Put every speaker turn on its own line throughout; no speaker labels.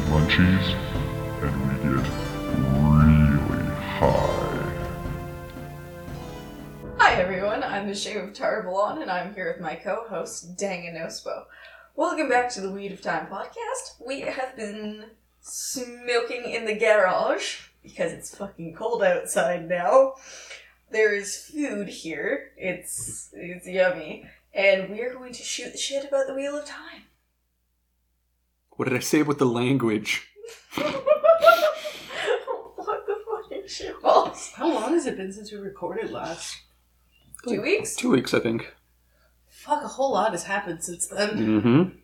80s, and we get really high.
Hi everyone, I'm the Shave of Tarbalon, and I'm here with my co-host, Danganospo. Welcome back to the Weed of Time podcast. We have been smoking in the garage because it's fucking cold outside now. There is food here. It's it's yummy. And we are going to shoot the shit about the Wheel of Time.
What did I say about the language?
what the fucking shit balls?
How long has it been since we recorded last?
Two weeks?
Two weeks, I think.
Fuck, a whole lot has happened since then.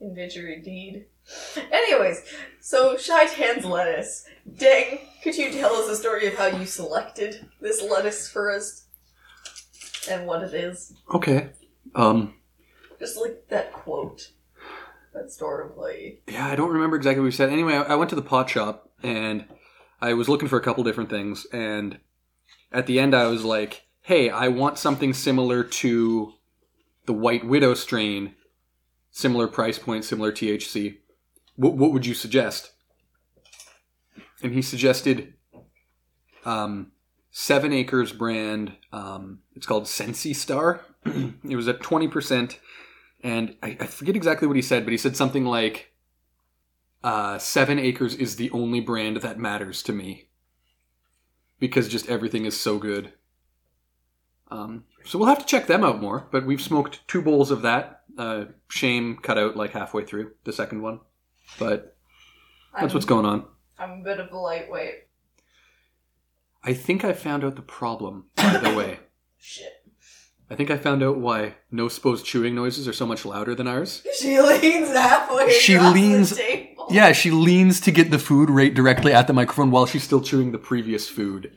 Mm-hmm.
Didgerideed. Anyways, so Shy Tan's lettuce. Dang, could you tell us the story of how you selected this lettuce for us? And what it is?
Okay. Um.
Just like that quote. That store employee.
Yeah, I don't remember exactly what we said. Anyway, I, I went to the pot shop and I was looking for a couple different things, and at the end, I was like, "Hey, I want something similar to the White Widow strain, similar price point, similar THC. What, what would you suggest?" And he suggested um, Seven Acres brand. Um, it's called Sensi Star. it was at twenty percent and I, I forget exactly what he said, but he said something like, uh, Seven Acres is the only brand that matters to me because just everything is so good. Um, so we'll have to check them out more, but we've smoked two bowls of that. Uh, shame cut out like halfway through the second one, but that's
I'm,
what's going on.
I'm a bit of a lightweight.
I think I found out the problem, by the way.
Shit.
I think I found out why No Spo's chewing noises are so much louder than ours.
She leans halfway.
She
across
leans-
The table.
Yeah, she leans to get the food right directly at the microphone while she's still chewing the previous food.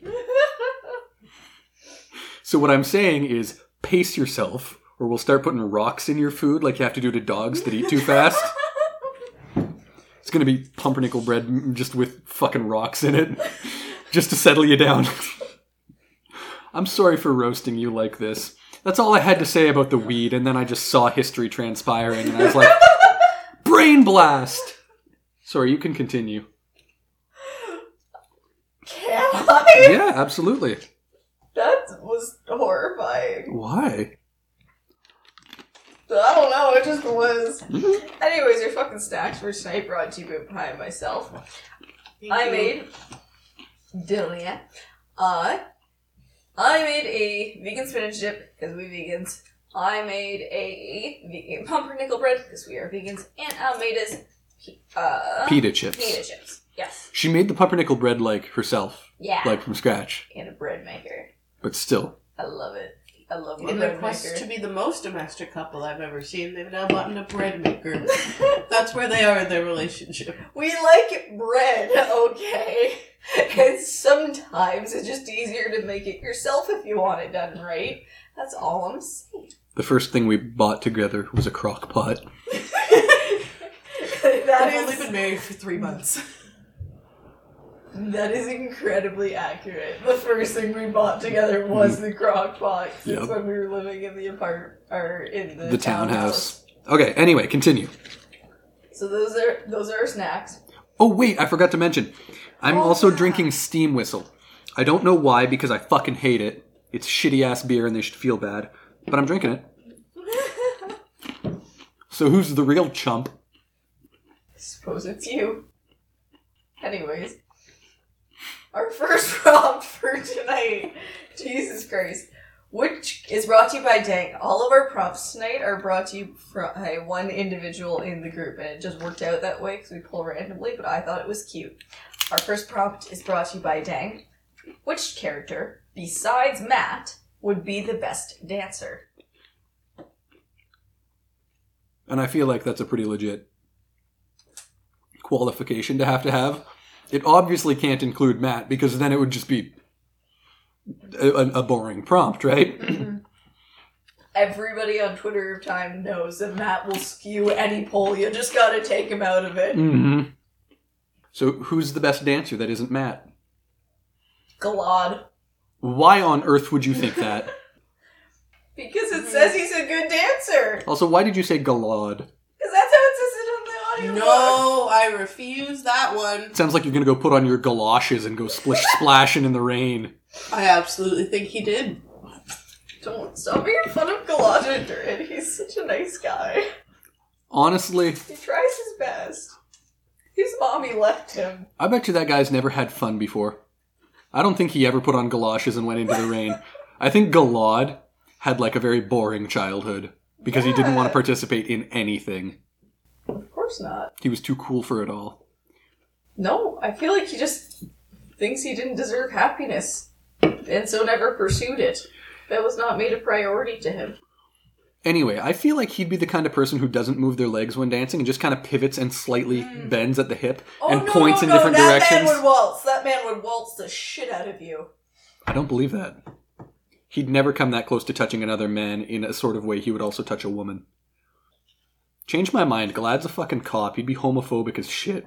so what I'm saying is pace yourself or we'll start putting rocks in your food like you have to do to dogs that eat too fast. it's going to be pumpernickel bread m- just with fucking rocks in it just to settle you down. I'm sorry for roasting you like this. That's all I had to say about the weed and then I just saw history transpiring and I was like brain blast. Sorry, you can continue.
Can I?
Yeah, absolutely.
That was horrifying.
Why?
I don't know, it just was.
Mm-hmm.
Anyways, your fucking snacks for tonight brought to you by myself. I made Delia. I I made a vegan spinach dip because we vegans. I made a vegan pumpernickel bread because we are vegans, and I made us pe- uh,
Pita chips.
pita chips. Yes,
She made the pumpernickel bread like herself,
yeah,
like from scratch,
and a bread maker.
but still.
I love it. I love my
In the
bread
quest
maker.
to be the most domestic couple I've ever seen, they've now gotten a bread maker. That's where they are in their relationship.
We like bread, okay? And sometimes it's just easier to make it yourself if you want it done right. That's all I'm saying.
The first thing we bought together was a crock pot.
that
They've only
is
been married for three months.
that is incredibly accurate. The first thing we bought together was the crock pot. That's
Yep.
when we were living in the apart or in the,
The townhouse. Okay, anyway, continue.
So those are those are our snacks.
Oh, wait, I forgot to mention. I'm
Oh,
also
yeah.
drinking Steam Whistle. I don't know why because I fucking hate it. It's shitty ass beer and they should feel bad, but I'm drinking it. So who's the real chump?
Suppose it's you. Anyways, our first prompt for tonight. Jesus Christ. Which is brought to you by Dang. All of our prompts tonight are brought to you by one individual in the group, and it just worked out that way because we pull randomly, but I thought it was cute. Our first prompt is brought to you by Dang. Which character, besides Matt, would be the best dancer?
And I feel like that's a pretty legit qualification to have to have. It obviously can't include Matt because then it would just be a, a a boring prompt, right?
Everybody on Twitter of Time knows that Matt will skew any poll. You just gotta take him out of it.
mm-hmm. So who's the best dancer that isn't Matt?
Galad.
Why on earth would you think that?
Because it says he's a good dancer.
also, why did you say Galad?
Because that's how it says it on the on body of work.
No, I refuse that one.
Sounds like you're gonna go put on your galoshes and go splish splashing in the rain.
I absolutely think he did.
Don't stop making fun of Galata Durin. He's such a nice guy.
Honestly,
He tries his best. His mommy left him.
I bet you that guy's never had fun before. I don't think he ever put on galoshes and went into the rain. I think Galad had like a very boring childhood because he didn't want to
Yeah.
participate in anything.
Of course not.
He was too cool for it all.
No, I feel like he just thinks he didn't deserve happiness, and so never pursued it. That was not made a priority to him.
Anyway, I feel like he'd be the kind of person who doesn't move their legs when dancing and just kind of pivots and slightly
Mm.
bends at the hip
Oh,
and points in different
that
directions.
man would waltz. That man would waltz the shit out of you.
I don't believe that. He'd never come that close to touching another man in a sort of way he would also touch a woman. Change my mind. Glad's a fucking cop. He'd be homophobic as shit.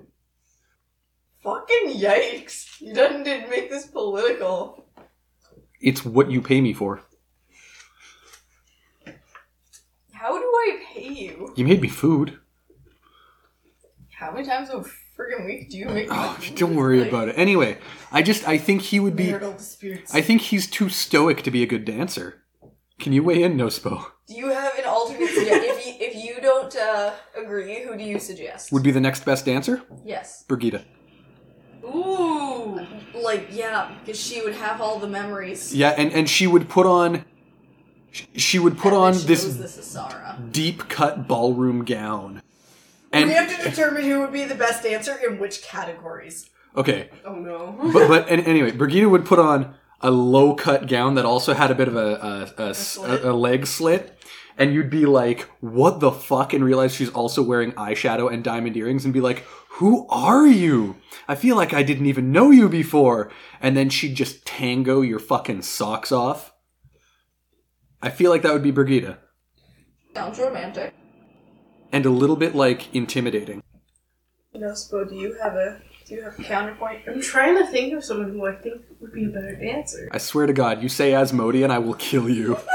Fucking yikes! You done didn't make this political.
It's what you pay me for.
How do I pay you?
You made me food.
How many times a friggin' week do you make?
Oh, don't worry about it. Anyway, I just I think he would be.
Marital disputes.
I think he's too stoic to be a good dancer. Can you weigh in, Nospo?
Do you have an alternate? suggestion? if you if you don't uh, agree, who do you suggest?
Would be the next best dancer,
yes.
Brigida.
Ooh.
Like yeah, because she would have all the memories.
Yeah, and and she would put on. sh- She would put
And
on
then she
this
knows this is Sarah.
deep cut ballroom gown.
we have to determine who would be the best dancer in which categories.
Okay,
Oh no.
but but and anyway, Brigida would put on a low cut gown that also had a bit of a a, a s-
slit?
a- a leg slit, and you'd be like, "What the fuck?" and realize she's also wearing eyeshadow and diamond earrings, and be like, "Who are you? I feel like I didn't even know you before." And then she'd just tango your fucking socks off. I feel like that would be Brigida,
Sounds romantic.
and a little bit like intimidating.
No, Spo, do you have a do you have a counterpoint?
I'm trying to think of someone who I think would be a better dancer.
I swear to God, you say Asmodee, and I will kill you.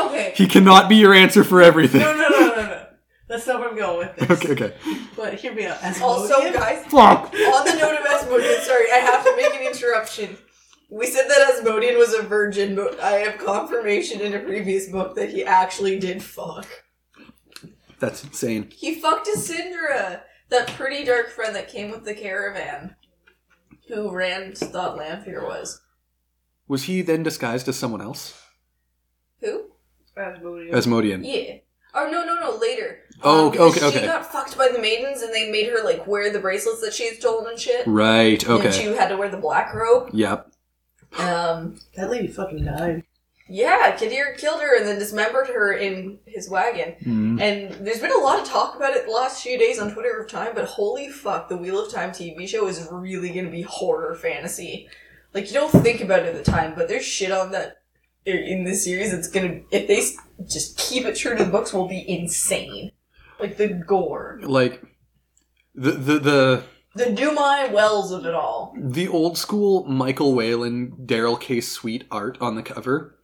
Okay.
He cannot be your answer for everything.
No, no, no, no, no. That's not where I'm going with this.
Okay, okay.
But hear me out. As
Also,
Modian-
guys,
Flop.
on the note of Asmodian, sorry, I have to make an interruption. We said that Asmodian was a virgin, but I have confirmation in a previous book that he actually did fuck.
That's insane.
He fucked Asindra, that pretty dark friend that came with the caravan, who Rand thought Lamphere was.
Was he then disguised as someone else?
Who?
Asmodeus.
Asmodian.
Yeah. Oh no no no later.
Oh, okay,
because
okay,
She
okay.
got fucked by the maidens, and they made her like wear the bracelets that she had stolen and shit.
Right,
And
okay.
she had to wear the black robe.
Yep.
Um.
that lady fucking died.
Yeah, Kadir killed her and then dismembered her in his wagon.
Mm.
And there's been a lot of talk about it the last few days on Twitter of Time, but holy fuck, the Wheel of Time TV show is really gonna be horror fantasy. Like you don't think about it at the time, but there's shit on that in this series. It's gonna if they s- just keep it true to the books, will be insane. Like the gore,
Like the the the
the Dumai Wells of it all.
the old school Michael Whalen, Daryl K. Sweet art on the cover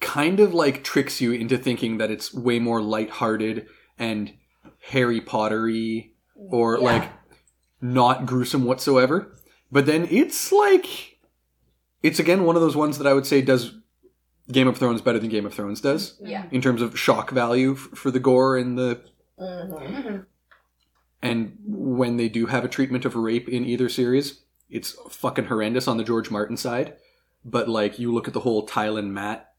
kind of like tricks you into thinking that it's way more lighthearted and Harry Pottery or
Yeah.
like not gruesome whatsoever. But then it's like it's again one of those ones that I would say does Game of Thrones better than Game of Thrones does
Yeah.
in terms of shock value f- for the gore and the
Mhm.
and when they do have a treatment of rape in either series, it's fucking horrendous on the George Martin side. But like you look at the whole Tylen Matt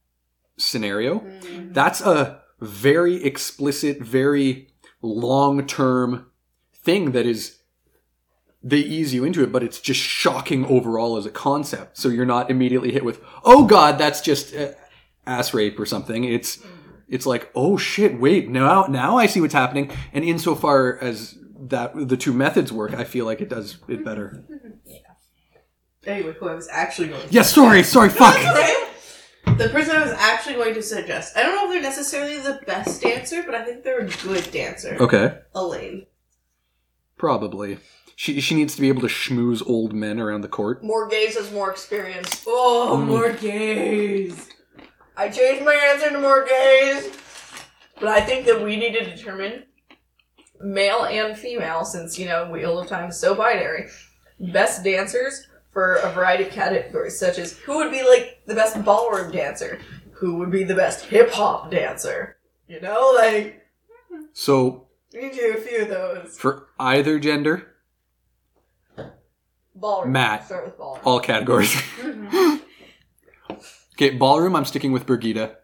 scenario,
Hmm.
that's a very explicit, very long term thing that is they ease you into it, but it's just shocking overall as a concept. So you're not immediately hit with, "Oh God, that's just uh, ass rape or something." It's it's like, "Oh shit, wait, now now I see what's happening." And insofar as that the two methods work, I feel like it does it better.
Anyway, who I was actually going to.
Yeah, sorry, sorry, fuck.
Okay. The person I was actually going to suggest. I don't know if they're necessarily the best dancer, but I think they're a good dancer.
Okay,
Elaine.
probably. She she needs to be able to schmooze old men around the court.
More gays is more experience.
Oh,
Mm.
more gays.
I changed my answer to more gays. But I think that we need to determine male and female, since you know Wheel of Time is so binary. Best dancers for a variety of categories, such as who would be like the best ballroom dancer, who would be the best hip hop dancer. You know, like
So
we do a few of those.
for either gender,
Ballroom.
Matt.
Start with ballroom.
all categories. okay, ballroom. I'm sticking with Brigida.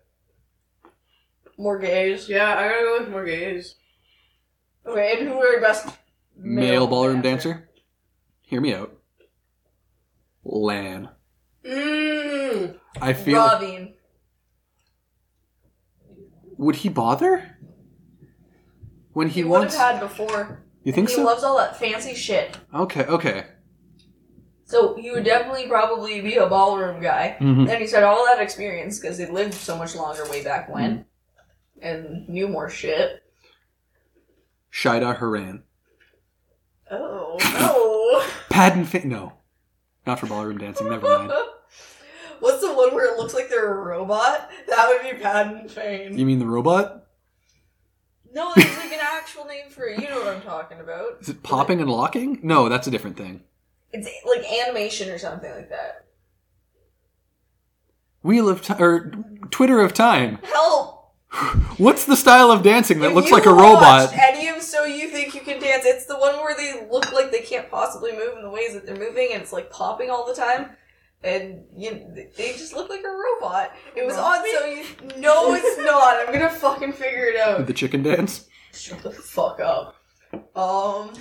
More gays.
Yeah, I gotta go with more gays.
Okay, and who are your best
Male, ballroom dancer. Hear me out. Lan.
Mmm.
I feel.
Robin.
would he bother? When he,
He, would have
wants.
had before.
you think
he
so?
loves all that fancy shit.
okay. Okay.
So he would definitely probably be a ballroom guy.
Mhm.
And he's had all that experience because he lived so much longer way back when,
Hmm.
and knew more shit.
Shida Haran.
Oh no!
Padden Fa- No. Not for ballroom dancing. Never mind.
What's the one where it looks like they're a robot? That would be Patton Fane.
You mean the robot?
No, there's like an actual name for it. You know what I'm talking about.
Is it popping and locking? No, that's a different thing.
It's like animation or something like that.
Wheel of Time. Or Twitter of Time.
Help!
What's the style of dancing that
If
looks
you
like a
watched
robot?
Any of so you think you can dance? It's the one where they look like they can't possibly move in the ways that they're moving, and it's like popping all the time. And you, they just look like a robot. It was on, so you. No, it's not. I'm gonna fucking figure it out.
The chicken dance?
Shut the fuck up. Um.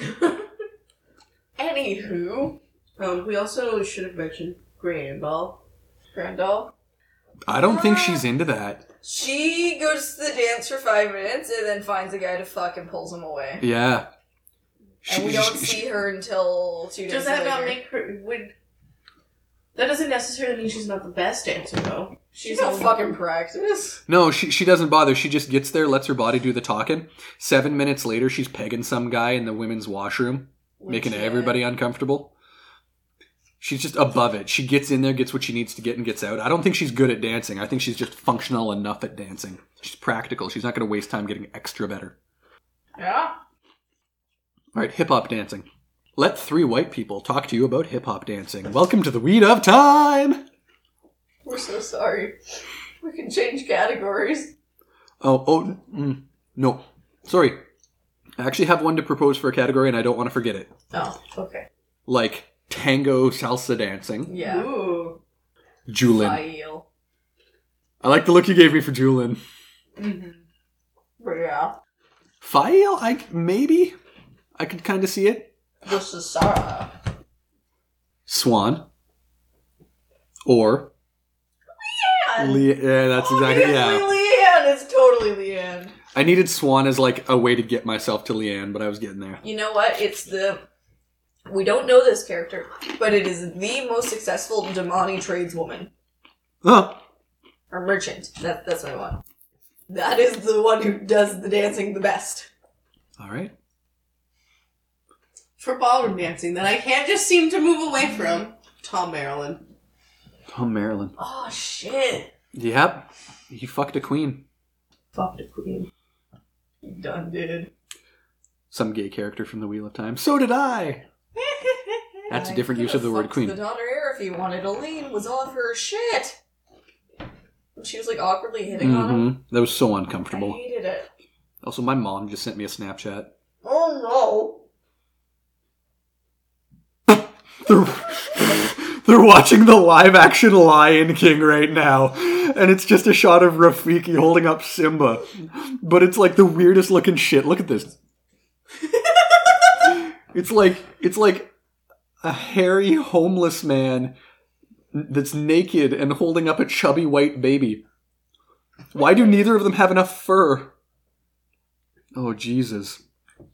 Anywho,
Um, we also should have mentioned Grandball.
Grandal.
I don't think
Uh-huh.
she's into that.
She goes to the dance for five minutes and then finds a guy to fuck and pulls him away.
Yeah.
And we don't see her until two days
Does that not
later.
make her would? That doesn't necessarily mean she's not the best dancer though.
She's not
only-
fucking practice.
No, she she doesn't bother. She just gets there, lets her body do the talking. Seven minutes later, she's pegging some guy in the women's washroom, making
Legit.
everybody uncomfortable. She's just above it. She gets in there, gets what she needs to get, and gets out. I don't think she's good at dancing. I think she's just functional enough at dancing. She's practical. She's not going to waste time getting extra better.
Yeah.
All right, hip hop dancing. Let three white people talk to you about hip hop dancing. Welcome to the Weed of Time!
We're so sorry. We can change categories.
Oh, oh, mm, no. Sorry. I actually have one to propose for a category, and I don't want to forget it.
Oh, okay.
like tango salsa dancing.
Yeah.
Ooh.
Julin.
Fail.
I like the look you gave me for Julin.
Mm-hmm. But yeah.
Fael, I maybe I could kind of see it.
This is Sarah.
Swan. Or Le- yeah, that's exactly yeah.
Leanne. It's totally Leanne.
I needed Swan as like a way to get myself to Leanne, but I was getting there.
You know what? It's the. We don't know this character, but it is the most successful Damani tradeswoman
Huh.
or merchant. That, that's what I want. That is the one who does the dancing the best.
All right.
For ballroom dancing that I can't just seem to move away from. Tom Marilyn.
Oh, Marilyn.
Oh shit!
Yep. He fucked a queen.
Fuck the queen. You done, dude.
Some gay character from the Wheel of Time. So did I. That's a
I
different use
could've
of the word
fucked
queen.
The daughter heir, if he wanted, Elaine was all of her shit. And She was like awkwardly hitting on him.
Mhm. That was so
I
uncomfortable.
hated it.
Also, my mom just sent me a Snapchat.
Oh
They're, they're watching the live action Lion King right now, and it's just a shot of Rafiki holding up Simba. But it's like the weirdest looking shit. Look at this. it's like it's like a hairy homeless man that's naked and holding up a chubby white baby. Why do neither of them have enough fur? Oh Jesus.
no!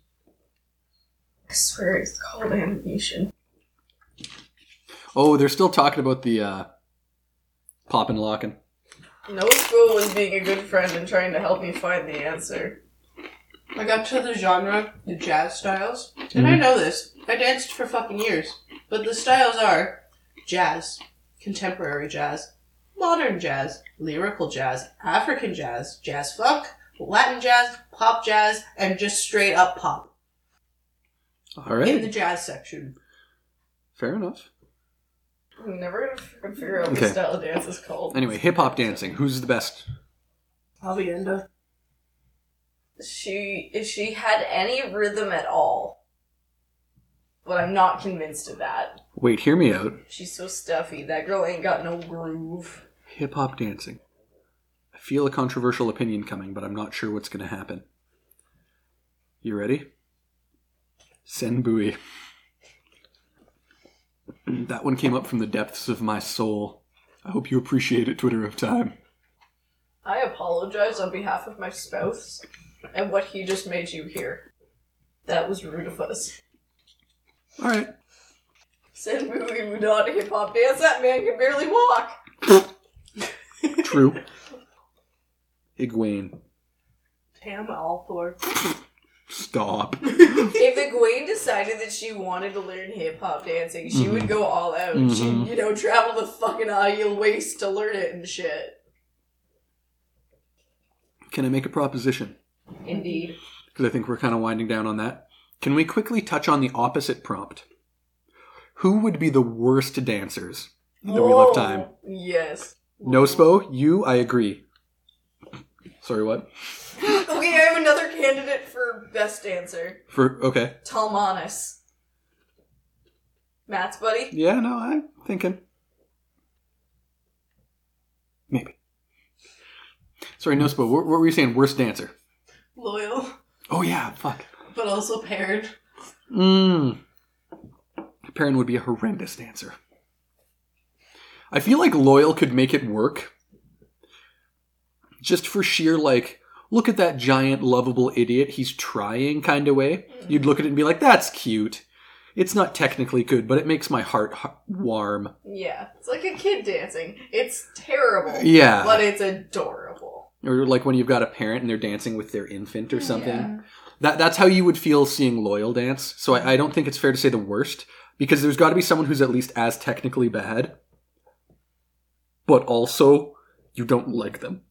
I swear it's called animation.
Oh, they're still talking about the uh pop and locking.
No school was being a good friend and trying to help me find the answer.
I got to the genre, the jazz styles, and I know this. I danced for fucking years, but the styles are jazz, contemporary jazz, modern jazz, lyrical jazz, African jazz, jazz funk, Latin jazz, pop jazz, and just straight up pop.
All
in
right.
the jazz section.
Fair enough.
I'm never gonna fucking figure out what
Okay.
style of dance is called.
Anyway, hip hop dancing. Who's the best?
Hacienda.
She if she had any rhythm at all. But I'm not convinced of that.
Wait, hear me out.
She's so stuffy. That girl ain't got no groove.
Hip hop dancing. I feel a controversial opinion coming, but I'm not sure what's going to happen. You ready? Senbui. That one came up from the depths of my soul. I hope you appreciate it, Twitter of Time.
I apologize on behalf of my spouse and what he just made you hear. That was rude of us.
All right.
Said movie moved on to hip hop dance. That man can barely walk.
True. Egwene.
Tam Althor.
Stop.
If Egwene decided that she wanted to learn hip hop dancing, she would go all out.
Mhm.
She'd, you know, travel the fucking Isle Waste to learn it and shit.
Can I make a proposition?
Indeed.
because I think we're kind of winding down on that. Can we quickly touch on the opposite prompt? Who would be the worst dancers that we left time?
Yes.
Nospo, you, I agree. Sorry, what?
Okay, I have another candidate for best dancer.
For okay,
Talmanis. Matt's buddy.
yeah, no, I'm thinking maybe. Sorry, Nospo, what, what were you saying? Worst dancer?
Loyal,
Oh yeah, fuck.
but also paired.
Mmm. Perrin would be a horrendous dancer. I feel like Loyal could make it work. Just for sheer, like, look at that giant, lovable idiot he's trying kind of way. You'd look at it and be like, that's cute. It's not technically good, but it makes my heart h- warm.
Yeah. It's like a kid dancing. It's terrible.
Yeah.
But it's adorable.
or like when you've got a parent and they're dancing with their infant or something. That that's how you would feel seeing Loyal dance. So I, I don't think it's fair to say the worst because there's got to be someone who's at least as technically bad, but also you don't like them.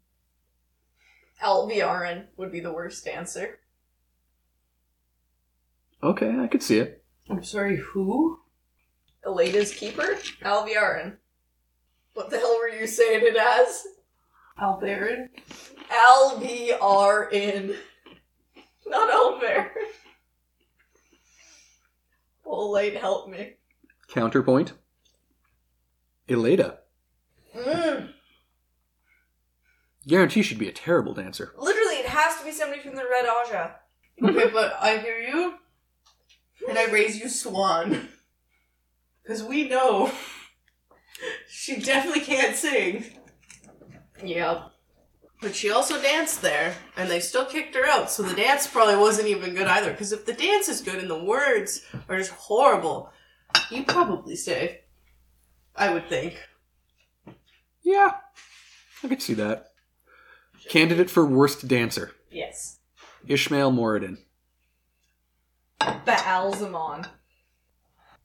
Alviarin would be the worst dancer.
Okay, I could see it.
I'm sorry, who?
Elena's keeper? Alviarin. What the hell were you saying it as?
Albaron?
Alviarin. Not Alver. Oh, light help me.
Counterpoint. Eleda.
Mm.
Guarantee she'd be a terrible dancer.
Literally, it has to be somebody from the Red Aja.
Okay, but I hear you, and I raise you Swan. Because we know she definitely can't sing.
Yep.
But she also danced there, and they still kicked her out, so the dance probably wasn't even good either. Because if the dance is good and the words are just horrible, you probably stay. I would think.
Yeah, I could see that. Candidate for worst dancer.
Yes.
Ishmael Moradin.
Baalzamon.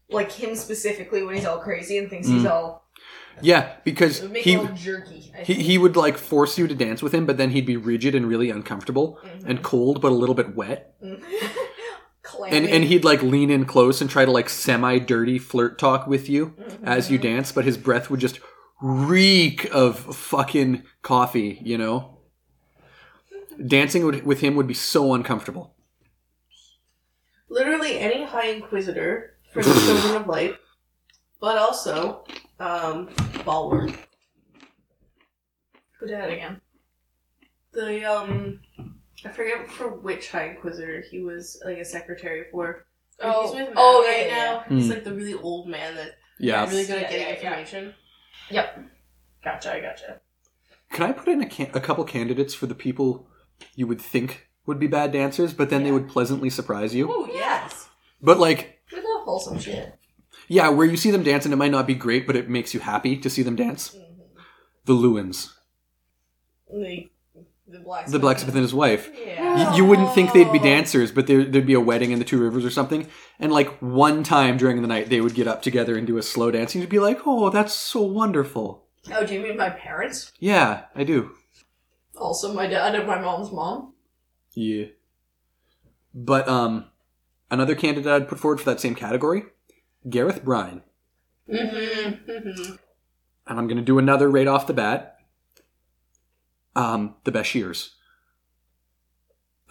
Like him specifically when he's all crazy and thinks he's
Mm.
all.
Yeah, because
It would make
he
him all jerky. I
He,
think.
he would like force you to dance with him, but then he'd be rigid and really uncomfortable
Mhm.
and cold, but a little bit wet.
Mm.
And and he'd like lean in close and try to like semi dirty flirt talk with you
Clamming.
as you dance, but his breath would just reek of fucking coffee, you know? Dancing would, with him would be so uncomfortable.
Literally any High Inquisitor for the Children of Light, but also um, Ballward.
Who did that again?
The um, I forget for which High Inquisitor he was like a secretary for.
Oh.
he's with Matt
Oh, yeah,
right
yeah,
now.
yeah.
He's
Hmm.
like the really old man that
Yeah.
really good at
Yeah,
getting
yeah, yeah.
information.
Gotcha, I gotcha.
Can I put in a, can- a couple candidates for the people you would think would be bad dancers, but then they would pleasantly surprise you?
Oh yes.
But like,
We love wholesome shit.
Yeah, where you see them dance and it might not be great, but it makes you happy to see them dance.
Mm-hmm.
The Lewins,
The, the blacksmith.
the blacksmith and his wife.
Yeah.
Y- you wouldn't think they'd be dancers, but there, there'd be a wedding in the Two Rivers or something. And like one time during the night, they would get up together and do a slow dance. And you'd be like, oh, that's so wonderful.
Oh, do you mean my parents?
Yeah, I do.
Also, my dad and my mom's mom.
Yeah. But um, Another candidate I'd put forward for that same category, Gareth Bryan.
Mm-hmm. Mm-hmm.
And I'm going to do another right off the bat. Um, the Bashirs.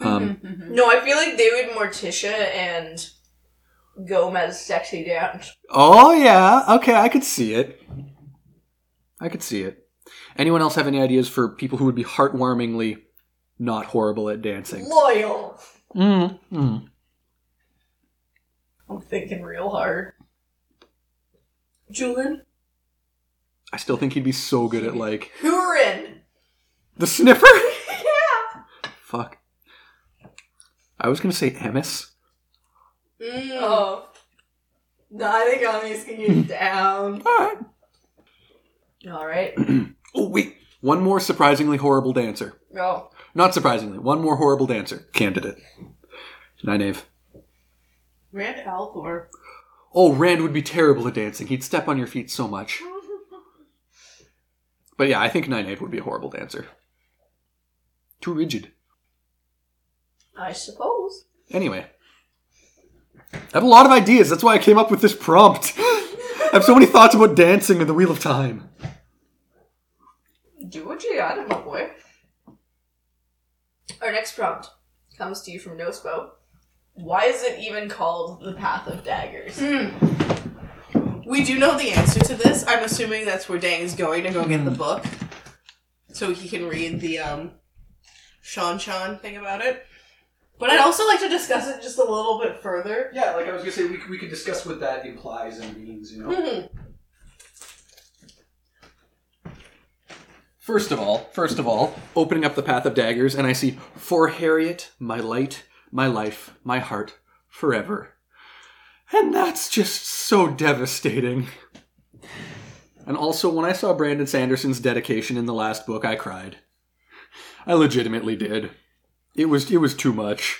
Mm-hmm.
Um,
No, I feel like they would Morticia and Gomez sexy down.
Oh yeah, okay, I could see it. I could see it. Anyone else have any ideas for people who would be heartwarmingly not horrible at dancing?
Loyal.
Mm, mm.
I'm thinking real hard.
Julian.
I still think he'd be so good at like
Hurin.
the sniffer.
Yeah.
Fuck. I was gonna say Emmis.
Mm.
Oh. No, I think Ami's gonna get down.
All right.
All right.
Oh wait, one more surprisingly horrible dancer.
Oh.
Not surprisingly, one more horrible dancer candidate. Nynaeve.
Rand Alcor.
Oh, Rand would be terrible at dancing. He'd step on your feet so much. But yeah, I think Nynaeve would be a horrible dancer. Too rigid.
I suppose.
Anyway. I have a lot of ideas. That's why I came up with this prompt. I have so many thoughts about dancing and the Wheel of Time.
Do what you got, my boy. Our next prompt comes to you from Nospo. Why is it even called the Path of Daggers?
Mm. We do know the answer to this. I'm assuming that's where Dang is going to go get the book. So he can read the um Sean Sean thing about it. But I'd also like to discuss it just a little bit further.
Yeah, like I was gonna say, we, c- we could discuss what that implies and means. You know,
Mhm.
First of all, first of all, opening up the path of daggers, and I see for Harriet, my light, my life, my heart, forever. And that's just so devastating. And also, when I saw Brandon Sanderson's dedication in the last book, I cried. I legitimately did. It was it was too much.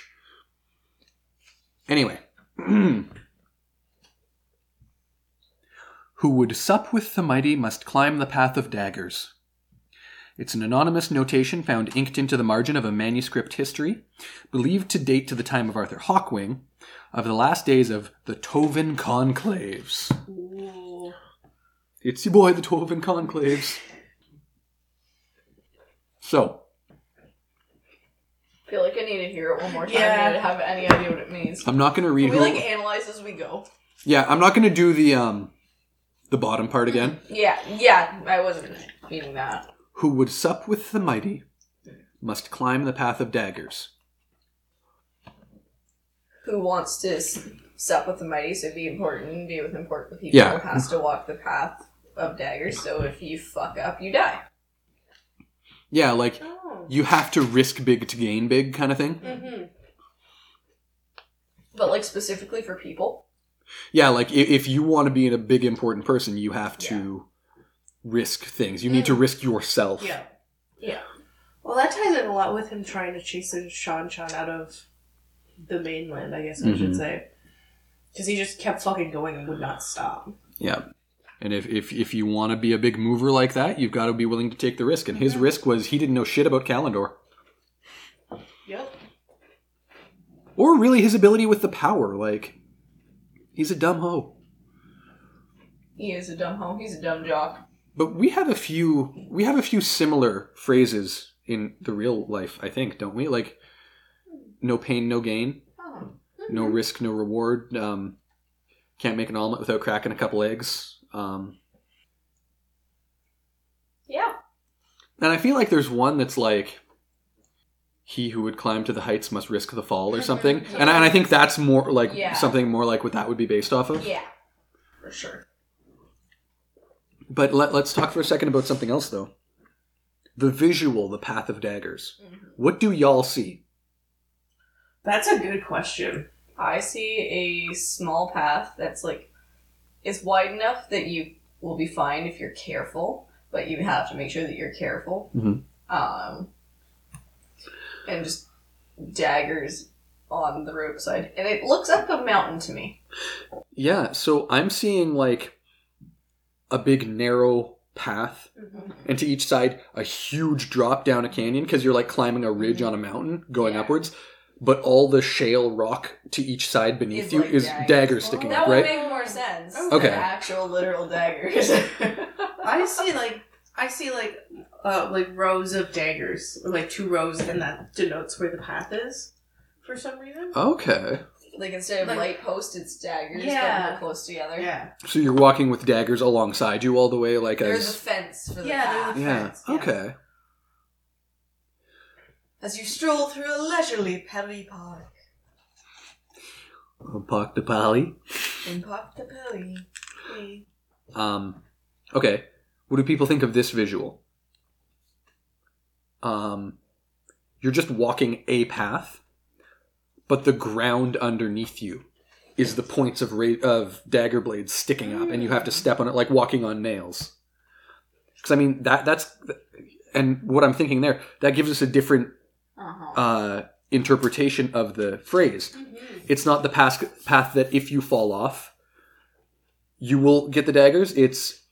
Anyway, who would sup with the mighty must climb the path of daggers. It's an anonymous notation found inked into the margin of a manuscript history, believed to date to the time of Arthur Hawkwing, of the last days of the Tovin Conclaves.
Ooh.
It's your boy, the Tovin Conclaves. So,
I feel like I need to hear it one more time
Yeah.
yeah. to have any idea what it means.
I'm not going to read.
Can we
Who,
like analyze as we go.
yeah, I'm not going to do the um, the bottom part again.
Yeah, yeah, I wasn't meaning that.
who would sup with the mighty must climb the path of daggers.
Who wants to s- sup with the mighty, so be important, be with important people,
Yeah.
has to walk the path of daggers, so if you fuck up, you die.
Yeah, like
Oh.
you have to risk big to gain big kind of thing.
Mm-hmm.
But like specifically for people.
Yeah, like if, if you want to be a big important person, you have to risk things. You need to risk yourself.
Yeah.
Yeah.
Well, that ties in a lot with him trying to chase Sean Sean out of the mainland, I guess I
Mhm.
should say. Because he just kept fucking going and would not stop.
Yeah. And if, if, if you want to be a big mover like that, you've got to be willing to take the risk. And his risk was he didn't know shit about Kalendor.
Yep.
Or really his ability with the power. Like, he's a dumb hoe.
He is a dumb hoe, he's a dumb jock.
But we have a few we have a few similar phrases in the real life, I think, don't we? Like no pain, no gain,
Oh.
no risk, no reward. Um, can't make an omelet without cracking a couple eggs. Um,
Yeah.
and I feel like there's one that's like he who would climb to the heights must risk the fall or something.
Mhm,
And, I, and I think that's more like
Yeah.
something more like what that would be based off of.
Yeah. For sure.
But let, let's talk for a second about something else though. The visual, the path of daggers.
Mm-hmm.
What do y'all see?
That's a good question.
I see a small path that's like it's wide enough that you will be fine if you're careful, but you have to make sure that you're careful.
Mhm.
Um, and just daggers on the roadside, and it looks like a mountain to me.
Yeah, so I'm seeing like a big narrow path,
Mm-hmm.
and to each side a huge drop down a canyon because you're like climbing a ridge on a mountain going
Mm-hmm. Yeah.
upwards. but all the shale rock to each side beneath
Is
you
like
is
daggers. Oh,
daggers sticking
That
up,
would
right?
make more sense.
Okay.
Than actual literal daggers.
I see like I see like uh, like rows of daggers, or, like two rows, and that denotes where the path is. For some reason.
Okay.
like instead of
Like-
light posts, it's daggers,
Yeah.
but more close together.
Yeah.
So you're walking with daggers alongside you all the way, like
There's a
as
fence for the
Yeah, there's a
path.
f-
yeah.
fence, yeah.
Okay.
As you stroll through a leisurely pebbly park
Park the pally.
in Park the Pelly.
Um, okay. What do people think of this visual? Um, you're just walking a path, but the ground underneath you is the points of ra- of dagger blades sticking up, and you have to step on it like walking on nails. Because I mean that that's and what I'm thinking there that gives us a different
Uh-huh.
uh, interpretation of the phrase.
Mm-hmm.
It's not the path, path that if you fall off, you will get the daggers. It's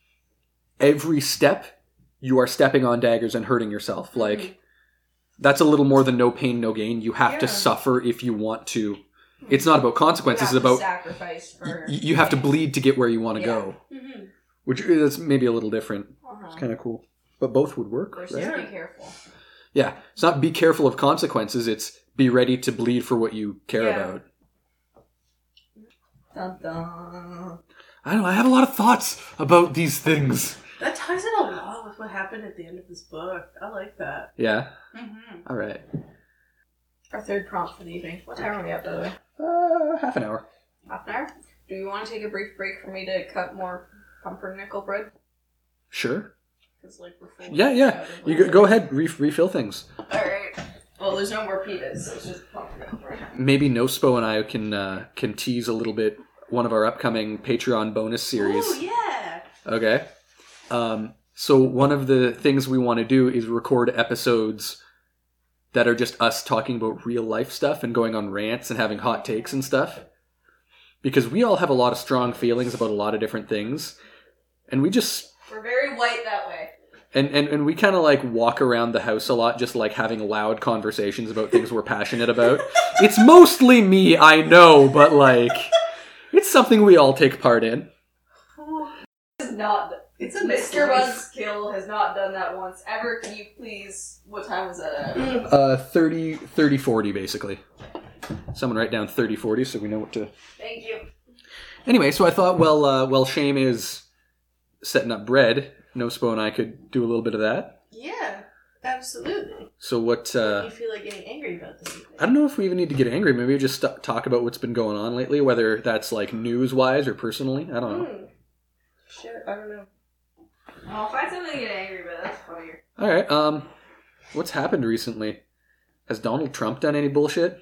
every step you are stepping on daggers and hurting yourself.
Mm-hmm.
Like that's a little more than no pain, no gain. You have to
Yeah.
suffer if you want to. It's not about consequences. It's
Mm-hmm. You have to
about
sacrifice for
y- you have to bleed to get where you want to
Yeah.
go,
Mm-hmm.
which is maybe a little different.
Uh-huh.
It's kind of cool, but both would work,
Versus
right?
be careful.
Yeah, it's not be careful of consequences. It's be ready to bleed for what you care
Yeah.
about.
Dun, dun.
I don't know. I have a lot of thoughts about these things.
That ties in a lot with what happened at the end of this book. I like that.
Yeah.
Mm-hmm.
All right.
Our third prompt for the evening. What time are we at, by the way?
Uh, half an hour.
Half an hour? Do you want to take a brief break for me to cut more pumpernickel bread?
Sure.
Because, like, we're full.
Yeah, yeah. You go, go ahead. Re- refill things.
Alright. Well, there's no more pitas. so It's just pumpernickel bread.
Maybe Nospo and I can uh, can tease a little bit one of our upcoming Patreon bonus series.
Oh yeah.
Okay. Um, so one of the things we want to do is record episodes that are just us talking about real life stuff and going on rants and having hot takes and stuff. Because we all have a lot of strong feelings about a lot of different things. And we just
We're very white that way.
And and, and we kind of like walk around the house a lot, just like having loud conversations about things we're passionate about. It's mostly me, I know, but like, it's something we all take part in.
This is not.
It's
Mr. Buzzkill has not done that once ever. Can you please. What time was that at?
Uh, 30, 30 40, basically. Someone write down 30 40 so we know what to.
Thank you.
Anyway, so I thought, well, uh, well, Shame is setting up bread. Nospo and I could do a little bit of that.
Yeah, absolutely.
So what? Uh,
you feel like getting angry about this? evening?
I don't know if we even need to get angry. Maybe we just st- talk about what's been going on lately, whether that's like news wise or personally. I don't know.
Hmm. Shit, I don't know.
I'll find something to get angry about. That's funnier.
All right. Um, what's happened recently? Has Donald Trump done any bullshit?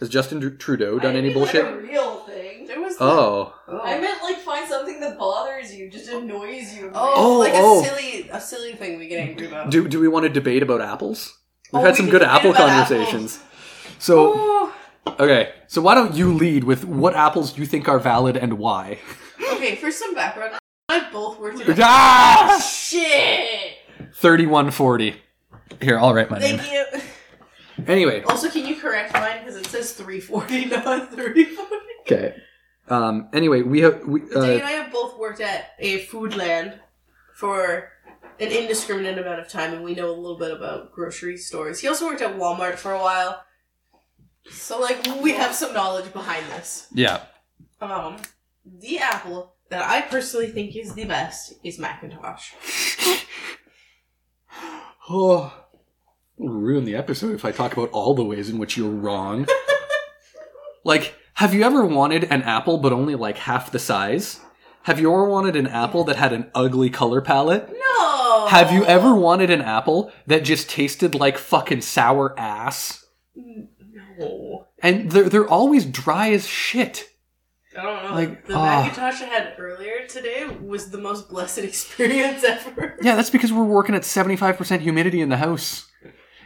Has Justin Tr- Trudeau done any
Like a
bullshit?
real thing.
There was.
Oh,
the- oh.
I meant like find something that bothers you, just annoys you.
Oh,
Oh,
like
oh.
a silly, a silly thing we get angry about.
do do we want to debate about apples? We've
Oh,
had
we
some
can
good
debate
apple
about
conversations. So
Oh.
okay, so why don't you lead with what apples you think are valid and why?
Okay, for some background, I both worked at
ah!
shit.
Thirty-one forty. Here, I'll write my name.
Thank you.
Anyway,
Also, can you correct mine because it says three forty, not three forty.
okay. Um. Anyway, we have we.
Jay
Uh,
and I have both worked at a food land for an indiscriminate amount of time, and we know a little bit about grocery stores. He also worked at Walmart for a while, so like we have some knowledge behind this.
yeah.
Um, the apple that I personally think is the best is Macintosh.
Oh, it'll ruin the episode if I talk about all the ways in which you're wrong. like, have you ever wanted an apple but only like half the size? Have you ever wanted an apple that had an ugly color palette?
No.
Have you ever wanted an apple that just tasted like fucking sour ass?
No.
And they're, they're always dry as shit.
I don't know.
Like,
Like the
ah.
Macintosh I had earlier today was the most blessed experience ever.
Yeah, that's because we're working at 75% humidity in the house.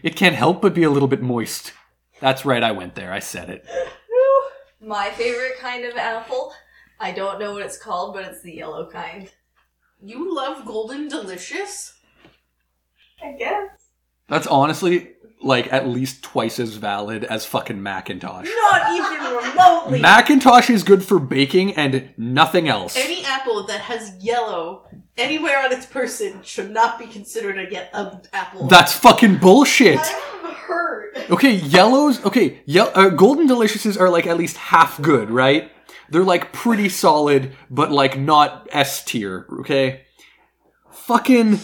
It can't help but be a little bit moist. That's right, I went there. I said it.
My favorite kind of apple. I don't know what it's called, but it's the yellow kind.
You love Golden Delicious?
I guess.
That's honestly like at least twice as valid as fucking Macintosh.
Not even remotely.
Macintosh is good for baking and nothing else.
Any apple that has yellow anywhere on its person should not be considered a ye- a apple.
That's fucking bullshit.
I'm hurt.
Okay, yellows. Okay, ye- uh, golden deliciouses are like at least half good, right? They're like pretty solid, but like not S tier. Okay, fucking,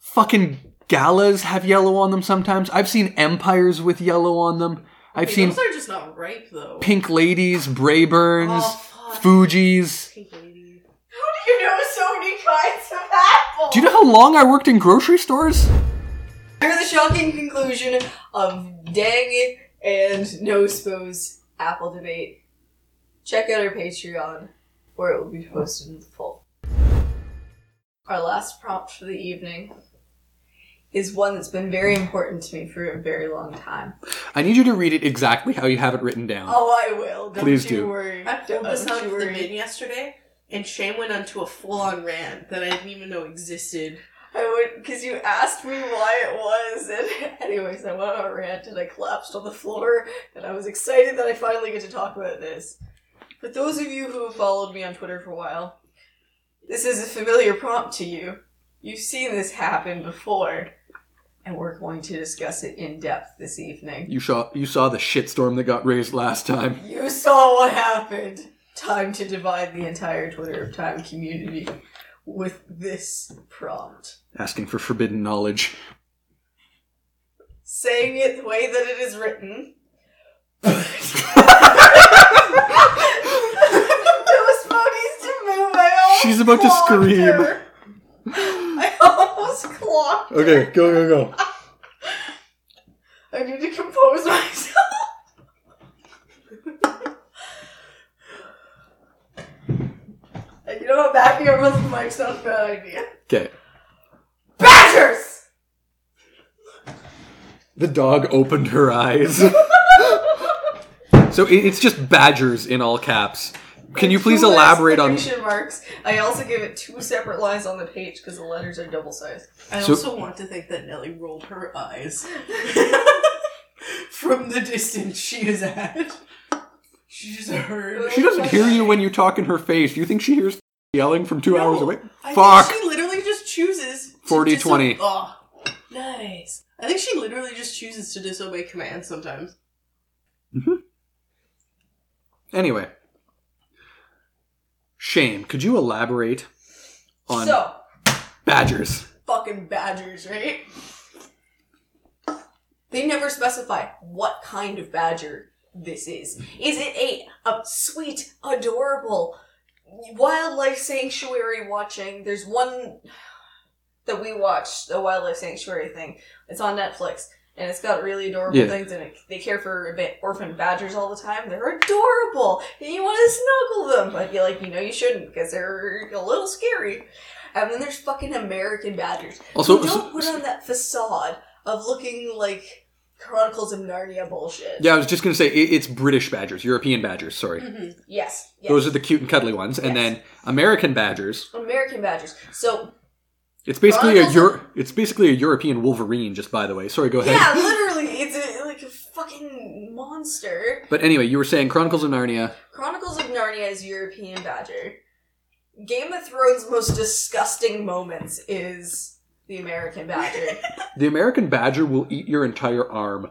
fucking galas have yellow on them sometimes. I've seen empires with yellow on them. I've
Okay,
seen
Those are just not ripe though.
pink ladies, Brayburns,
Oh, fuck.
Fuji's.
Pink lady.
How do you know so many kinds of apples?
Do you know how long I worked in grocery stores?
Here's the shocking conclusion of Dang and No Spo's Apple debate. Check out our Patreon, where it will be posted in full. Our last prompt for the evening is one that's been very important to me for a very long time.
I need you to read it exactly how you have it written down.
Oh, I will. Don't
Please
you
do.
worry. Uh,
I pulled this
Don't
out
you
of the
worry.
bin yesterday, and Shane went onto a full-on rant that I didn't even know existed.
I would, because you asked me why it was, and anyways, I went on a rant and I collapsed on the floor, and I was excited that I finally get to talk about this. But those of you who have followed me on Twitter for a while, this is a familiar prompt to you. You've seen this happen before, and we're going to discuss it in depth this evening.
You saw you saw the shitstorm that got raised last time.
You saw what happened! Time to divide the entire Twitter of Time community with this prompt.
Asking for forbidden knowledge.
saying it the way that it is written. Those ponies to move. I almost
She's about to
clocked
scream.
her. I almost clocked. her.
Okay, go go go.
I need to compose myself. and you know what? Backing up with the mic sounds a bad idea.
Okay.
Badgers.
The dog opened her eyes. so it- it's just badgers in all caps. Can you please
Two
elaborate on
exclamation marks? I also give it two separate lines on the page because the letters are double sized.
I
So-
also want to think that Nellie rolled her eyes from the distance she is at. She just heard.
She doesn't hear you when you talk in her face. Do you think she hears yelling from 2 hours
No.
away?
I
Fuck.
Think she literally just chooses. to
40-20.
diso- Oh, nice. I think she literally just chooses to disobey commands sometimes.
Anyway. Shame. Could you elaborate on
So,
badgers?
fucking badgers, right? They never specify what kind of badger this is. Is it a, a sweet, adorable wildlife sanctuary watching? There's one that we watched, a wildlife sanctuary thing. It's on Netflix. And it's got really adorable
Yeah.
things in it. They care for ba- orphan badgers all the time. They're adorable, and you want to snuggle them, but you're like, you know, you shouldn't because they're a little scary. And then there's fucking American badgers.
Also,
You don't put on that facade of looking like Chronicles of Narnia bullshit.
yeah, I was just going to say it, it's British badgers, European badgers, sorry.
Yes. Mm, yes.
Those are the cute and cuddly ones.
Yes.
And then American badgers.
American badgers. So
It's basically a
Chronicles
Euro- it's basically a European Wolverine, just by the way. Sorry, go ahead.
yeah, literally, it's a, like a fucking monster.
But anyway, you were saying Chronicles of Narnia.
Chronicles of Narnia is European badger. Game of Thrones' most disgusting moments is the American badger
The American badger will eat your entire arm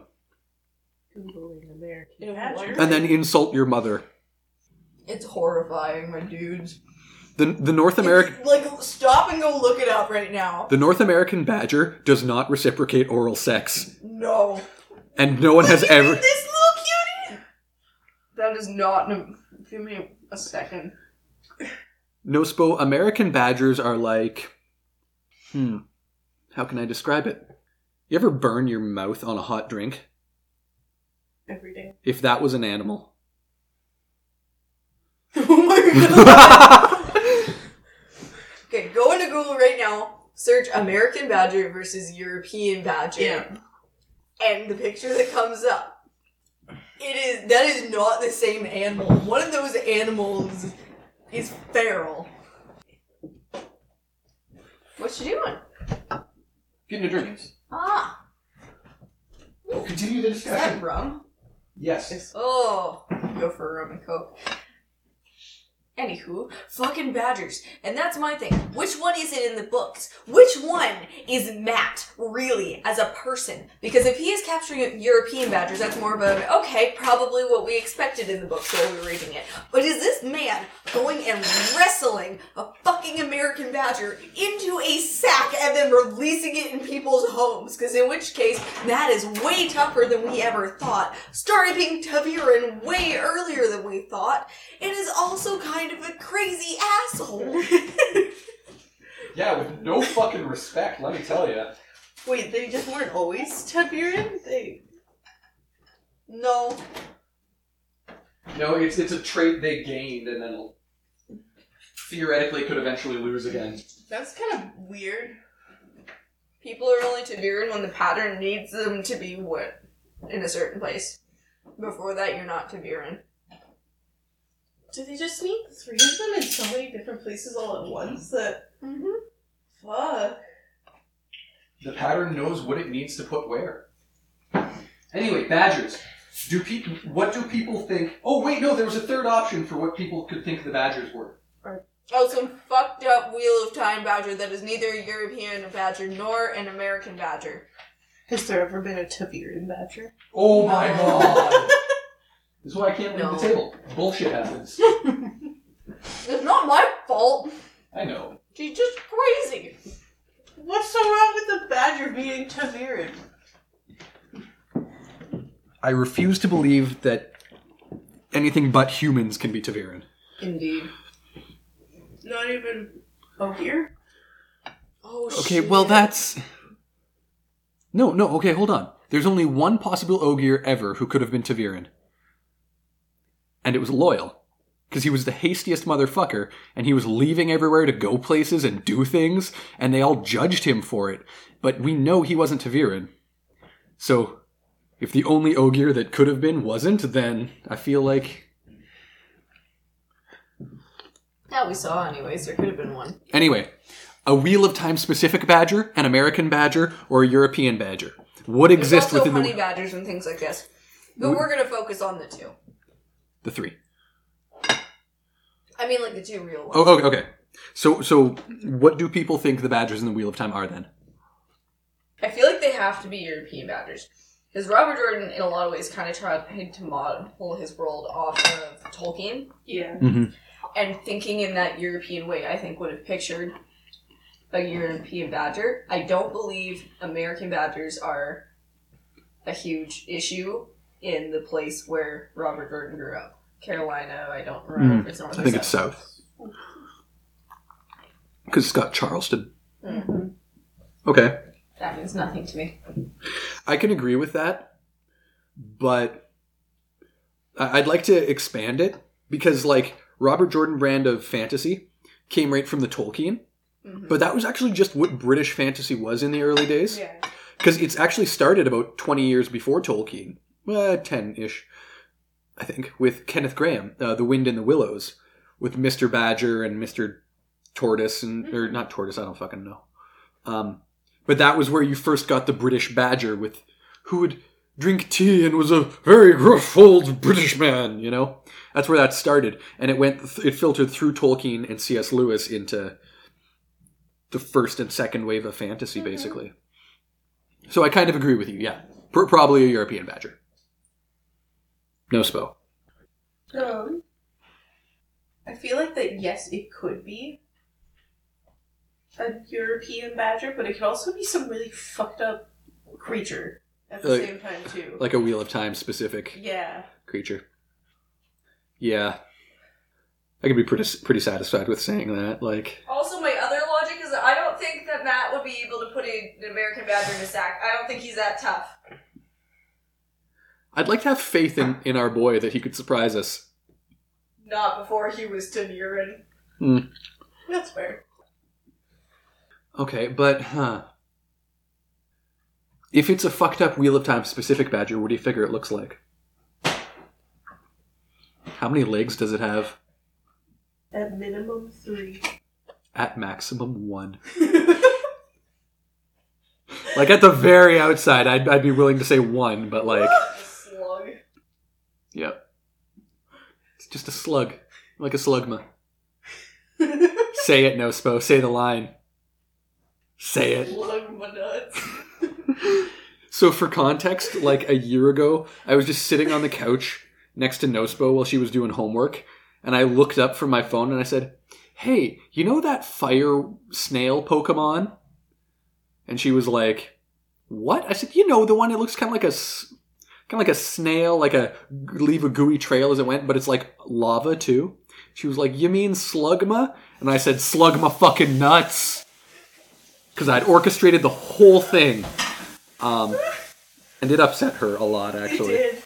Googling American
In
Badger.
what?
and then insult your mother.
It's horrifying, my dudes.
The the North American
Like, stop and go look it up right now.
the North American badger does not reciprocate oral sex,
No.
and no one has ever.
This little cutie! That is not. an- Give me a second.
Nospo American badgers are like, hmm, how can I describe it? You ever burn your mouth on a hot drink?
Every day.
If that was an animal.
Oh my god. Okay, go into Google right now. Search American Badger versus European Badger.
Yeah.
And the picture that comes up. It is that is not the same animal. One of those animals is feral. What you doing?
Getting a drink.
Ah.
We'll continue the
Is that
discussion.
rum?
Yes.
Oh, go for rum and coke. Anywho, fucking badgers, and that's my thing. Which one is it in the books? Which one is Matt really as a person? Because if he is capturing European badgers, that's more of a okay, probably what we expected in the books while we were reading it. But is this man going and wrestling a fucking American badger into a sack and then releasing it in people's homes? Because in which case, that is way tougher than we ever thought. Started being Taviran way earlier than we thought. It is also kind of a crazy asshole.
Yeah, with no fucking respect, let me tell you.
Wait, they just weren't always Taviran? They
no.
No, it's it's a trait they gained and then theoretically could eventually lose again.
That's kind of weird.
People are only Taviran when the pattern needs them to be what? In a certain place. Before that, you're not Taviran.
Do they just need three of them in so many different places all at once that
Mm-hmm.
fuck?
The pattern knows what it needs to put where. Anyway, badgers. Do people? What do people think? Oh wait, no. There was a third option for what people could think the badgers were.
Oh, some fucked up Wheel of Time badger that is neither a European badger nor an American badger.
Has there ever been a Taviran badger?
Oh my
No.
god! this is why I can't read
No.
the table. Bullshit happens.
It's not my fault.
I know.
She's just crazy.
What's so wrong with the badger being Taviran?
I refuse to believe that anything but humans can be Taviran.
Indeed.
Not even a deer?
Oh,
Okay, well
shit.
that's no, no. Okay, hold on. There's only one possible Ogier ever who could have been Taviran, and it was Loyal, because he was the hastiest motherfucker, and he was leaving everywhere to go places and do things, and they all judged him for it. But we know he wasn't Taviran, so if the only Ogier that could have been wasn't, then I feel like
That we saw, anyways. There could have been one.
Anyway, a Wheel of Time specific badger, an American badger, or a European badger would
There's
exist
also
within
honey
the,
badgers and things like this. But we're gonna focus on the two.
the three.
I mean, like the two real ones.
Oh, okay, okay. So, so what do people think the badgers in the Wheel of Time are then?
I feel like they have to be European badgers. Because Robert Jordan, in a lot of ways, kind of tried to model his world off of Tolkien.
Yeah.
And thinking in that European way, I think would have pictured a European badger. I don't believe American badgers are a huge issue in the place where Robert Jordan grew up. Carolina, I don't remember. if It's not
I think it's south because it's got Charleston.
Mm-hmm.
Mhm.
Okay,
That means nothing to me.
I can agree with that, but I- I'd like to expand it because, like, Robert Jordan brand of fantasy came right from the Tolkien.
Mhm.
But that was actually just what British fantasy was in the early days.
Yeah.
Because it's actually started about 20 years before Tolkien, 10 ish, I think, with Kenneth Graham, uh, The Wind and the Willows, with Mr. Badger and Mr. Tortoise, and or not Tortoise, I don't fucking know. Um, but that was where you first got the British Badger with who would drink tea and was a very gruff old British man, you know? That's where that started. And it went, it filtered through Tolkien and C.S. Lewis into the first and second wave of fantasy, basically. So I kind of agree with you. Yeah, Pr- probably a European badger. No spo.
Um, I feel like that, yes, it could be a European badger, but it could also be some really fucked up creature at the
Like-
same time, too.
like a Wheel of Time specific
yeah.
creature. Yeah, I could be pretty pretty satisfied with saying that. Like,
Also, my other logic is that I don't think that Matt would be able to put a- an American badger in a sack. I don't think he's that tough.
I'd like to have faith in in our boy that he could surprise us.
Not before he was to urine.
That's fair.
Okay, but huh. If it's a fucked up Wheel of Time specific badger, what do you figure it looks like? How many legs does it have?
At minimum three.
At maximum one. Like at the very outside, I'd, I'd be willing to say one, but like,
Slug.
yep, it's just a slug, like a slugma. say it, no spo. Say the line. Say it.
Slug my nuts.
So for context, like a year ago, I was just sitting on the couch next to Nospo while she was doing homework, and I looked up from my phone and I said, "Hey, you know that fire snail Pokemon?" And she was like, "What?" I said, "You know the one that looks kind of like a kind of like a snail, like a leave a gooey trail as it went, but it's like lava too." She was like, "You mean Slugma?" And I said, "Slugma fucking nuts." Because I'd orchestrated the whole thing. Um, and it upset her a lot,
He
actually.
did.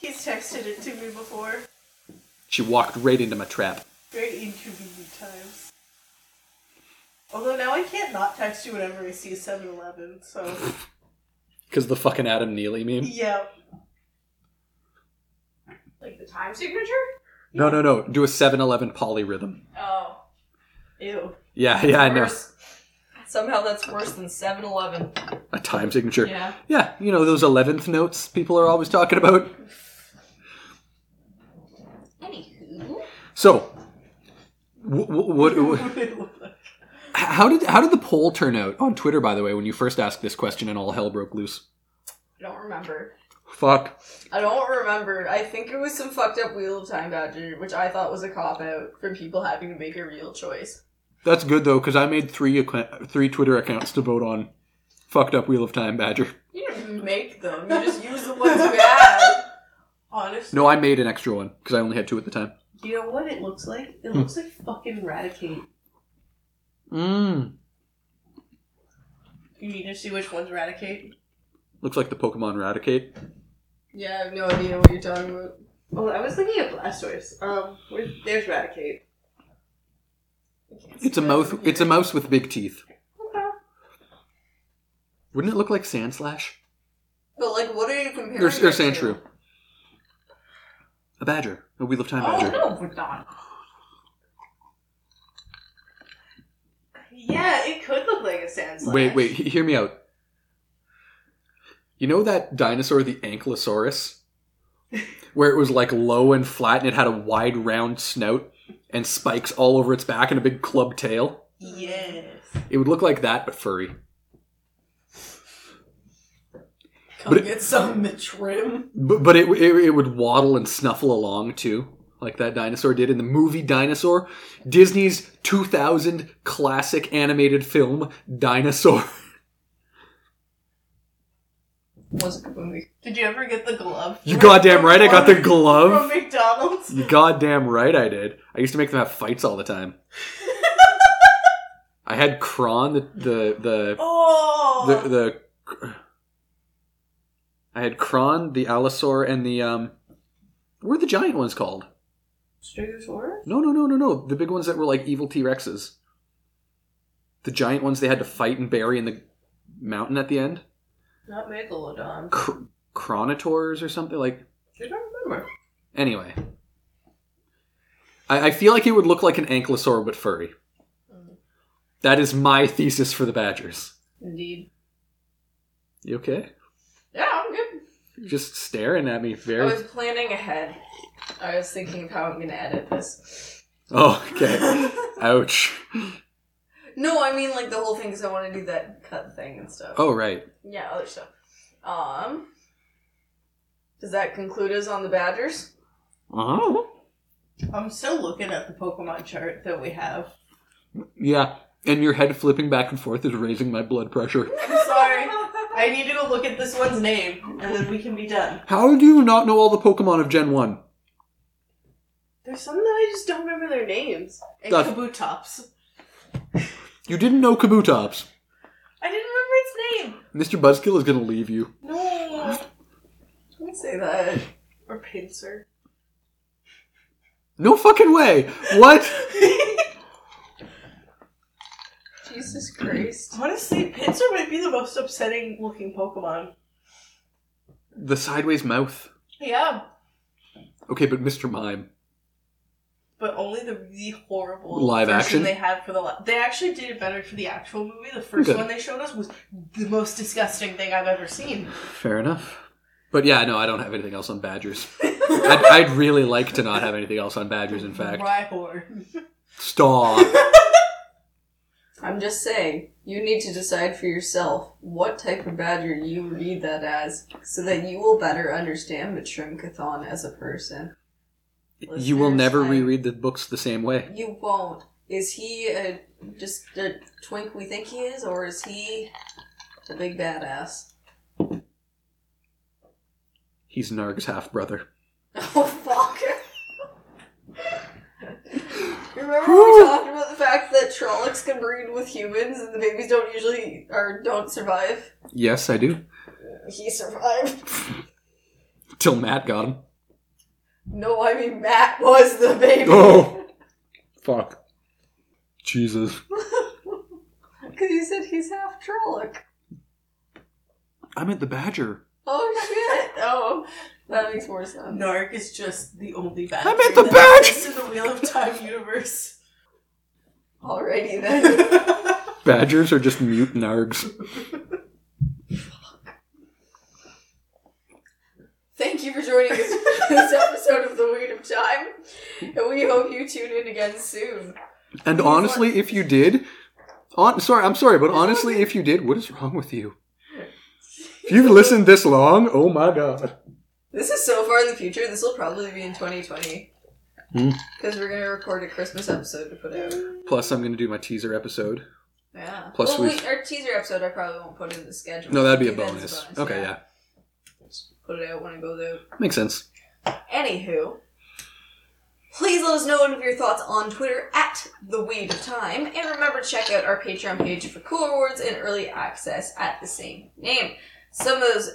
He's texted it to me before.
She walked right into my trap.
Very inconvenient times. Although now I can't not text you whenever I see a 7 Eleven, so.
Because the fucking Adam Neely meme?
yeah.
Like the time signature?
No, no, no. Do a 7 Eleven polyrhythm.
Oh.
Ew.
Yeah, yeah, I know.
Worse. Somehow that's worse than 7 Eleven.
A time signature. Yeah.
Yeah.
you know, those 11th notes people are always talking about.
Anywho.
So, wh- wh- what. wh- how did how did the poll turn out on Twitter? By the way, when you first asked this question and all hell broke loose.
I don't remember.
Fuck.
I don't remember. I think it was some fucked up Wheel of Time Badger, which I thought was a cop out for people having to make a real choice.
That's good though, because I made three acc- three Twitter accounts to vote on. Fucked up Wheel of Time Badger.
You didn't make them, you just used the ones you had.
Honestly.
No, I made an extra one because I only had two at the time.
You know what it looks like?
Hmm.
It looks like fucking Raticate.
Mmm.
You need to see which one's Raticate?
Looks like the Pokemon Raticate.
Yeah, I have no idea what you're talking about.
Oh, I was looking at Blastoise. Um, where, there's Raticate.
It's a mouse. It's a mouse with big teeth.
Okay.
Wouldn't it look like Sandslash?
But like, what are you comparing?
Or, or
it to?
Sandshrew? A badger. A Wheel of Time
Oh
badger.
no, we're not.
Yeah, it could look like a Sandslash.
Wait, wait. he- hear me out. You know that dinosaur, the Ankylosaurus, where it was like low and flat, and it had a wide, round snout and spikes all over its back and a big club tail.
Yes.
It would look like that, but furry.
Come
But it-
get some the trim.
But, but it, it it would waddle and snuffle along too, like that dinosaur did in the movie Dinosaur, Disney's 2000 classic animated film Dinosaur.
Was a good movie.
Did you ever get the glove?
You goddamn right, I got the
From
glove.
McDonald's.
You goddamn right, I did. I used to make them have fights all the time. I had Kron, the the
Oh.
the the. the I had Kron, the Allosaur, and the um, what were the giant ones called?
Stegosaurus?
No, no, no, no, no. The big ones that were like evil T Rexes. The giant ones they had to fight and bury in the mountain at the end.
Not Megalodon.
Cr- Chronotors or something like.
I don't remember.
Anyway, I-, I feel like it would look like an ankylosaur but furry. That is my thesis for the Badgers.
Indeed.
You okay?
Yeah, I'm good.
You're just staring at me
I
very.
was planning ahead. I was thinking of how I'm gonna edit this.
Oh, okay. Ouch.
No, I mean like the whole thing because I want to do that cut thing and stuff.
Oh, right.
Yeah, other stuff. Um, does that conclude us on the Badgers?
Oh.
I'm still looking at the Pokemon chart that we have.
Yeah, and your head flipping back and forth is raising my blood pressure.
I'm sorry. I need to go look at this one's name, and then we can be done.
How do you not know all the Pokemon of Gen 1?
There's some that I just don't remember their names. And
That's-
Kabutops.
You didn't know Kabutops.
I didn't remember
Mr. Buzzkill is going to leave you.
its name. No.
Don't say that.
Or Pincer.
No fucking way. What?
Jesus Christ.
Honestly, Pincer might be the most upsetting looking Pokemon.
the sideways mouth.
Yeah.
Okay, but Mr. Mime.
but only the really horrible
Live
version
action?
they had for the. Li- they actually did it better for the actual movie. The first
Okay.
one they showed us was the most disgusting thing I've ever seen.
Fair enough. But yeah, no, I don't have anything else on Badgers. I'd, I'd really like to not have anything else on Badgers, in fact.
Rhyhorn.
Stop.
I'm just saying, you need to decide for yourself what type of badger you read that as, so that you will better understand Matrimkathon as a person.
You will
Listeners,
never
I-
reread the books the same way.
You won't. Is he a, just a twink we think he is, or is he a big badass?
He's Narg's half brother.
Oh fuck! Remember when we talked about the fact that Trollocs can breed with humans and the babies don't usually or don't survive?
Yes, I do.
He survived.
Till Matt got him.
No, I mean Matt was the baby.
Oh! Fuck. Jesus.
Because you said he's half Trolloc.
I meant the Badger.
Oh shit! Oh, that makes more sense.
Narc is just the only bad.
I meant
thing
the
that
badge!
exists in the Wheel of Time universe.
Alrighty then.
Badgers are just mute Nargs.
Thank you for joining us for this episode of The Weed of Time, and we hope you tune in again soon.
And honestly, if you did, on, sorry, I'm sorry, but honestly, if you did, what is wrong with you? If you've listened this long, oh my god.
This is so far in the future. This will probably be in 2020
Hmm.
because we're gonna record a Christmas episode to put out.
Plus, I'm going to do my teaser episode.
Yeah.
Plus
well,
we've-
we, our teaser episode, I probably won't put in the schedule.
No, that'd be a
That's
bonus. Okay, yeah.
Put it out when it goes out.
Makes sense.
Anywho, please let us know any of your thoughts on Twitter at the Weed of Time, and remember to check out our Patreon page for cool rewards and early access at the same name. Some of those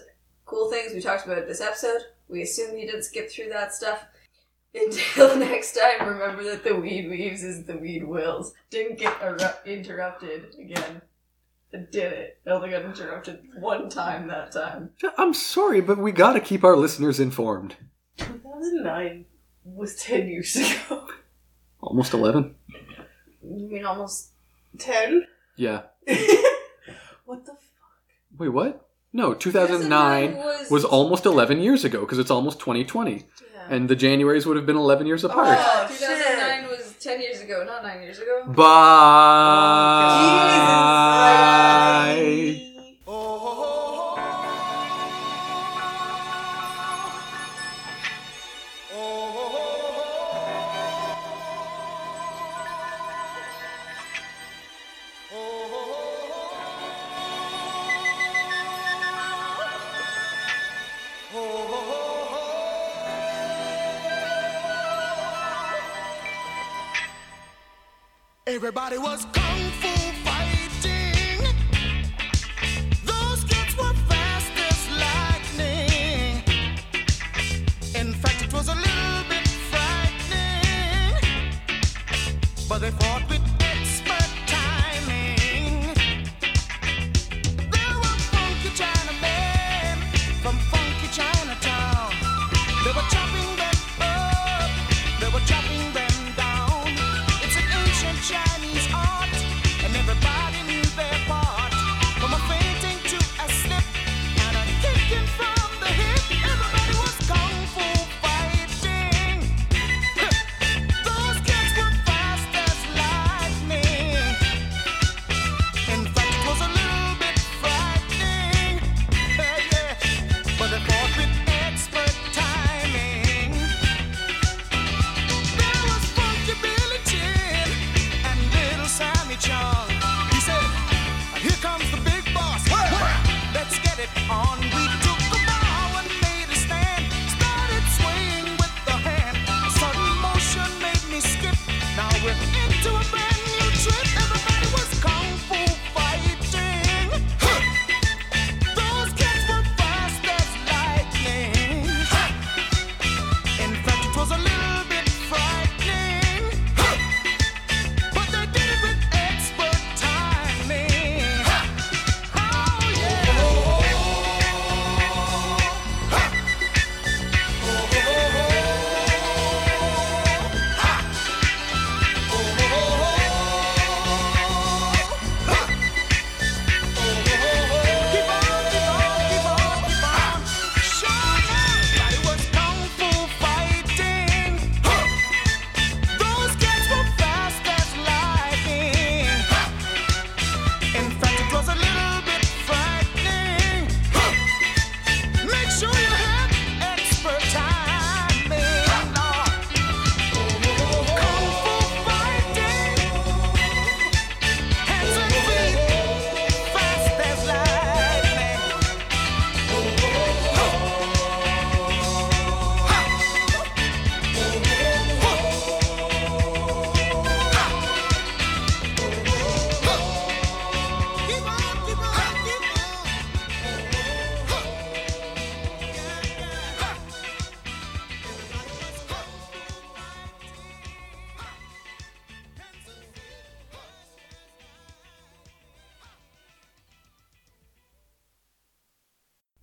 cool things we talked about this episode. We assume you didn't skip through that stuff. Until next time, remember that the weed weaves is the weed wills. Didn't get eru- interrupted again. I did it. I only got interrupted one time that time.
I'm sorry, but we got to keep our listeners informed.
2009 was 10 years ago.
Almost 11.
You mean almost
10?
Yeah.
What the f-
Wait, what? No, 2009 was almost 11 years ago because it's almost 2020.
Yeah.
And the Januaries would have been 11 years apart.
Oh,
Oh, shit.
2009 was 10 years ago, not 9 years ago.
Bye.
Everybody was kung fu fighting. Those kids were fast as lightning. In fact, it was a little bit frightening. But they fought with expert timing. There were funky Chinamen from funky Chinatown. They were chopping them up, they were chopping them down. It's an ancient Chinese art, and everybody knew their part. From a fainting to a slip, and a kicking from the hip, everybody was kung fu fighting. Those kids were fast as lightning. Oh,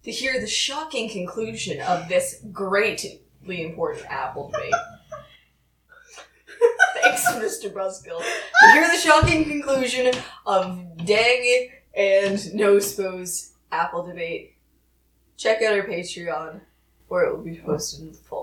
to hear the shocking conclusion of this greatly important apple debate. Thanks, Mr. Buzzkill. To hear the shocking conclusion of Dang and No Spo's apple debate, check out our Patreon, where it will be posted in full.